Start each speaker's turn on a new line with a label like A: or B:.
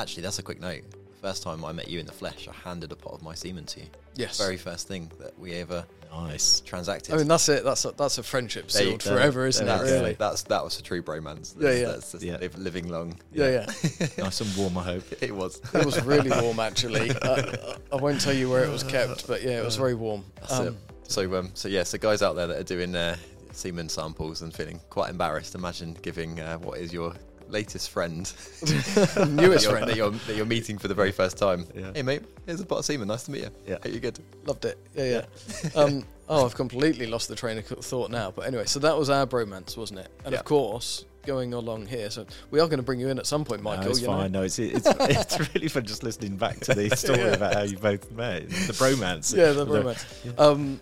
A: Actually, that's a quick note. First time I met you in the flesh, I handed a pot of my semen to you.
B: Yes.
A: Very first thing that we ever
C: Nice.
A: transacted.
B: I mean, that's it. That's a, that's a friendship
A: There you
B: sealed
A: go.
B: Oh, forever, isn't
A: There
B: it?
A: you go.
B: Really?
A: That's that was a true bromance.
B: Yeah, yeah.
A: That's just
C: Yeah.
A: live- living long.
B: Yeah, yeah.
C: nice and warm, I hope.
A: It was.
B: It was really warm, actually. I, I won't tell you where it was kept, but yeah, it was very warm.
A: That's it. So um, so yeah, so guys out there that are doing their semen samples and feeling quite embarrassed, imagine giving uh, what is your latest friend,
B: newest
A: that, you're,
B: friend.
A: that, you're, that you're meeting for the very first time.
C: Yeah.
A: Hey mate, here's a pot of semen. Nice to meet you.
C: Yeah.
A: Hope you're good.
B: Loved it. Yeah, yeah. um, oh, I've completely lost the train of co- thought now. But anyway, so that was our bromance, wasn't it? And
A: Yeah.
B: of course, going along here, so we are going to bring you in at some point, Michael.
C: no, it's
B: you
C: fine.
B: Know?
C: No, it's, it's it's really fun just listening back to the story about how you both met, the bromance.
B: Yeah, the bromance. Um,